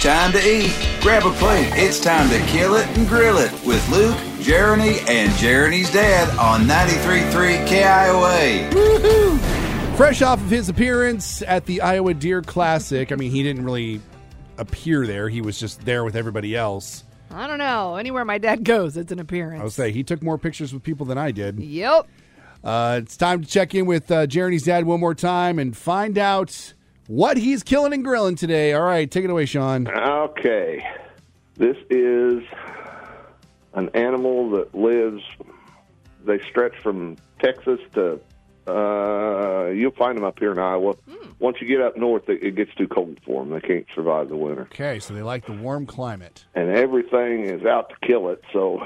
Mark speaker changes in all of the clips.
Speaker 1: Time to eat. Grab a plate. It's time to kill it and grill it with Luke, Jeremy, and Jeremy's dad on 93.3 KIOA.
Speaker 2: Fresh off of his appearance at the Iowa Deer Classic, I mean, he didn't really appear there. He was just there with everybody else.
Speaker 3: I don't know. Anywhere my dad goes, it's an appearance.
Speaker 2: I would say he took more pictures with people than I did.
Speaker 3: Yep.
Speaker 2: Uh, it's time to check in with uh, Jeremy's dad one more time and find out what he's killing and grilling today. All right, take it away, Sean.
Speaker 4: Okay. This is an animal that lives, they stretch from Texas to, uh, you'll find them up here in Iowa. Once you get up north, it, it gets too cold for them. They can't survive the winter.
Speaker 2: Okay, so they like the warm climate.
Speaker 4: And everything is out to kill it, so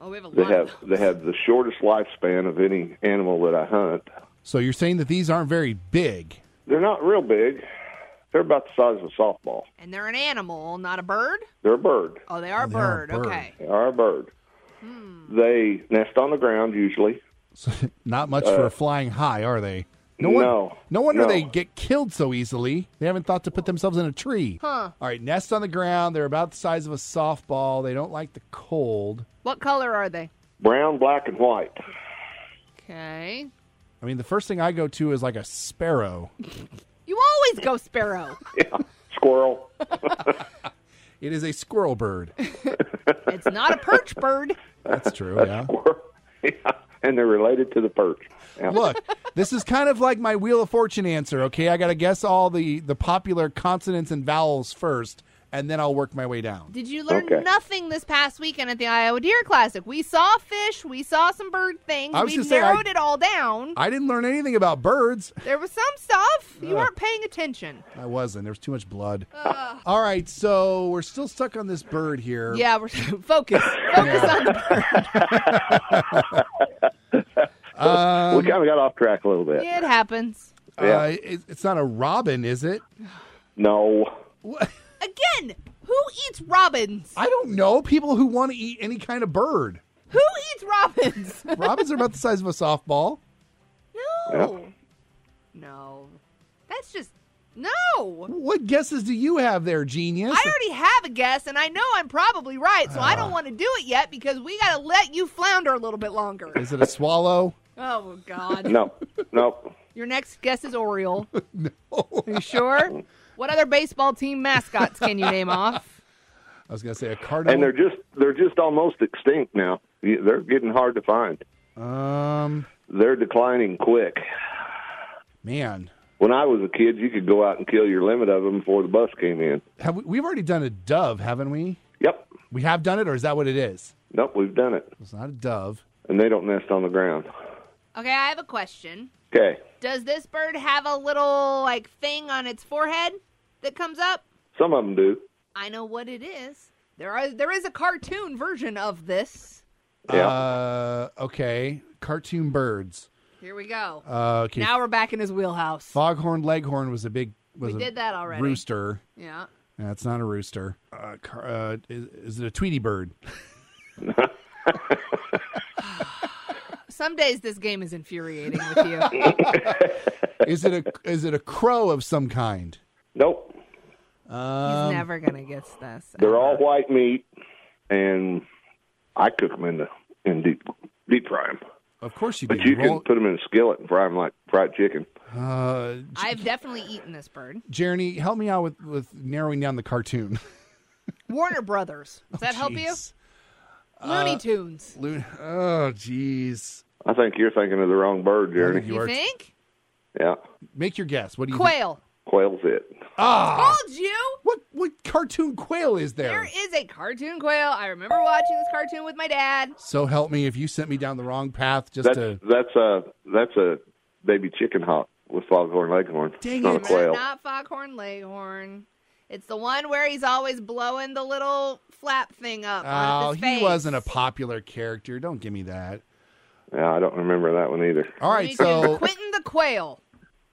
Speaker 3: Oh, we have a
Speaker 4: they
Speaker 3: lot.
Speaker 4: have, they have the shortest lifespan of any animal that I hunt.
Speaker 2: So you're saying that these aren't very big.
Speaker 4: They're not real big. They're about the size of a softball.
Speaker 3: and they're an animal, not a bird.
Speaker 4: They're a bird.
Speaker 3: Oh, they are,
Speaker 2: they are a
Speaker 3: bird.
Speaker 2: bird.
Speaker 3: Okay.
Speaker 4: They are a bird. They nest on the ground usually.
Speaker 2: So not much for flying high, are they? No,
Speaker 4: no,
Speaker 2: no wonder
Speaker 4: no.
Speaker 2: they get killed so easily. They haven't thought to put themselves in a tree.
Speaker 3: Huh.
Speaker 2: All right, nests on the ground. They're about the size of a softball. They don't like the cold.
Speaker 3: What color are they?
Speaker 4: Brown, black, and white.
Speaker 3: Okay.
Speaker 2: I mean, the first thing I go to is like a sparrow.
Speaker 3: You always go sparrow.
Speaker 4: Squirrel.
Speaker 2: It is a squirrel bird.
Speaker 3: it's not a perch bird.
Speaker 2: That's true. Yeah.
Speaker 4: Squirrel. yeah. And they're related to the perch. Yeah.
Speaker 2: Look, this is kind of like my Wheel of Fortune answer. Okay, I got to guess all the the popular consonants and vowels first, and then I'll work my way down.
Speaker 3: Did you learn
Speaker 4: Okay.
Speaker 3: nothing this past weekend at the Iowa Deer Classic? We saw fish. We saw some bird things.
Speaker 2: I was
Speaker 3: We
Speaker 2: gonna say, I-
Speaker 3: narrowed it all down.
Speaker 2: I didn't learn anything about birds.
Speaker 3: there was some stuff.
Speaker 2: Uh.
Speaker 3: You weren't paying attention.
Speaker 2: I wasn't. There was too much blood. All right, so we're still stuck on this bird here.
Speaker 3: Ah. Yeah, we're focus. Focus on the bird.
Speaker 4: we kind of got off track a little bit.
Speaker 3: It happens.
Speaker 4: Yeah.
Speaker 2: Uh, it, it's not a robin, is it?
Speaker 4: No.
Speaker 2: What?
Speaker 3: Again, who eats robins?
Speaker 2: I don't know. People who want to eat any kind of bird.
Speaker 3: Who eats robins?
Speaker 2: Robins are about the size of a softball.
Speaker 3: no. No. That's just no.
Speaker 2: What guesses do you have there, genius?
Speaker 3: I already have a guess and I know I'm probably right, so I don't want to do it yet because we got to let you flounder a little bit longer.
Speaker 2: Is it a swallow?
Speaker 3: Oh god.
Speaker 4: No. no.
Speaker 3: Your next guess is Oriole. Are you sure? What other baseball team mascots can you name off?
Speaker 2: I was going to say a cardinal.
Speaker 4: And they're just they're just almost extinct now. You- They're getting hard to find.
Speaker 2: um,
Speaker 4: They're declining quick.
Speaker 2: man,
Speaker 4: When I was a kid, you could go out and kill your limit of them before the bus came in.
Speaker 2: have we, we've already done a dove, haven't we?
Speaker 4: Yep.
Speaker 2: We have done it, or is that what it is?
Speaker 4: Nope, we've done it.
Speaker 2: It's not a dove.
Speaker 4: And they don't nest on the ground.
Speaker 3: Okay, I have a question.
Speaker 4: Okay.
Speaker 3: Does this bird have a little like thing on its forehead that comes up?
Speaker 4: Some of them do.
Speaker 3: I know what it is. There are there is a cartoon version of this.
Speaker 4: Yeah.
Speaker 2: Uh, okay, cartoon birds.
Speaker 3: Here we go.
Speaker 2: Uh, okay,
Speaker 3: now we're back in his wheelhouse.
Speaker 2: Foghorn Leghorn was a big. Was
Speaker 3: We
Speaker 2: a
Speaker 3: did that already.
Speaker 2: Rooster.
Speaker 3: Yeah.
Speaker 2: That's not a rooster. Uh, car, uh, is, is it a Tweety bird?
Speaker 3: Some days this game is infuriating with you.
Speaker 2: is it a is it a crow of some kind?
Speaker 4: nope.
Speaker 3: He's
Speaker 2: Um,
Speaker 3: never gonna get this.
Speaker 4: They're all
Speaker 3: ever.
Speaker 4: white meat, and I cook them in the in deep deep fry 'em.
Speaker 2: Of course you do.
Speaker 4: But you
Speaker 2: Roll-
Speaker 4: can put them in a skillet and fry them like fried chicken.
Speaker 2: uh,
Speaker 3: I've definitely eaten this bird.
Speaker 2: Jeremy, help me out with, with narrowing down the cartoon.
Speaker 3: Warner Brothers. Does that help you?
Speaker 2: Jeez. Uh,
Speaker 3: Looney Tunes.
Speaker 2: Loon- oh, jeez.
Speaker 4: I think you're thinking of the wrong bird, Jeremy.
Speaker 2: you
Speaker 3: You
Speaker 2: are-
Speaker 3: think?
Speaker 4: Yeah,
Speaker 2: Make your guess. What do you? think?
Speaker 3: Quail.
Speaker 4: quail's it.
Speaker 2: Ah,
Speaker 3: Told you.
Speaker 2: what what cartoon quail is there?
Speaker 3: There is a cartoon quail. I remember watching this cartoon with my dad.
Speaker 2: so help me if you sent me down the wrong path. Just
Speaker 4: That's
Speaker 2: to
Speaker 4: that's a that's a baby chicken hawk with foghorn leghorn.
Speaker 2: Dang
Speaker 4: It's
Speaker 2: it,
Speaker 4: not a
Speaker 2: man.
Speaker 4: quail.
Speaker 3: Not Foghorn Leghorn. It's the one where he's always blowing the little flap thing up.
Speaker 2: oh,
Speaker 3: on his face.
Speaker 2: he wasn't a popular character. Don't give me that.
Speaker 4: Yeah, I don't remember that one either.
Speaker 2: All
Speaker 3: Looney
Speaker 2: right,
Speaker 3: Tunes,
Speaker 2: so
Speaker 3: Quentin the Quail.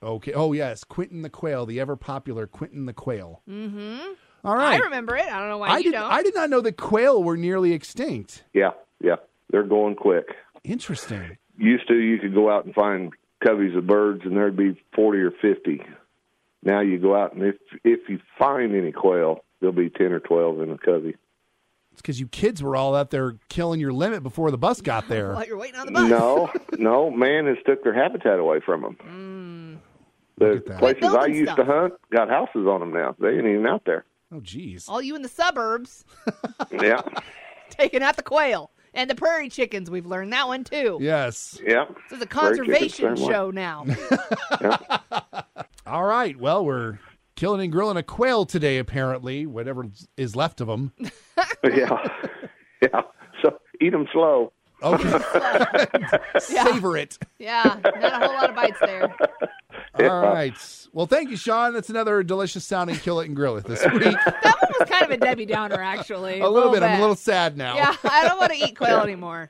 Speaker 2: Okay. Oh yes, Quentin the Quail, the ever popular Quentin the Quail. Mm-hmm. All
Speaker 3: I
Speaker 2: right.
Speaker 3: remember it. I don't know why
Speaker 2: I
Speaker 3: you
Speaker 2: did.
Speaker 3: don't.
Speaker 2: I did not know that quail were nearly extinct.
Speaker 4: Yeah, yeah, they're going quick.
Speaker 2: Interesting.
Speaker 4: Used to, you could go out and find coveys of birds, and there'd be forty or fifty Now you go out and if if you find any quail, there'll be ten or twelve in a covey.
Speaker 2: It's because you kids were all out there killing your limit before the bus got there.
Speaker 3: While you're waiting on the bus.
Speaker 4: No, no, man has took their habitat away from them.
Speaker 2: Look
Speaker 4: The
Speaker 2: at that.
Speaker 4: places I
Speaker 3: Mm. Building
Speaker 4: used to
Speaker 3: stuff.
Speaker 4: hunt got houses on them now. They ain't even out there.
Speaker 2: Oh, jeez.
Speaker 3: All you in the suburbs
Speaker 4: Yeah,
Speaker 3: taking out the quail and the prairie chickens. We've learned that one too.
Speaker 2: Yes.
Speaker 4: yeah.
Speaker 3: This is a
Speaker 4: Prairie chickens,
Speaker 3: conservation
Speaker 4: same way.
Speaker 3: show now.
Speaker 2: All right. Well, we're killing and grilling a quail today, apparently, whatever is left of them.
Speaker 4: yeah, yeah. So eat them slow.
Speaker 2: Okay.
Speaker 3: Yeah.
Speaker 2: Savor it.
Speaker 3: yeah, not a whole lot of bites there.
Speaker 2: All right. Well, thank you, Sean. That's another delicious sounding kill it and grill it this week.
Speaker 3: That one was kind of a Debbie Downer, actually.
Speaker 2: a little bit. I'm a little sad now.
Speaker 3: Yeah, I don't want to eat quail anymore.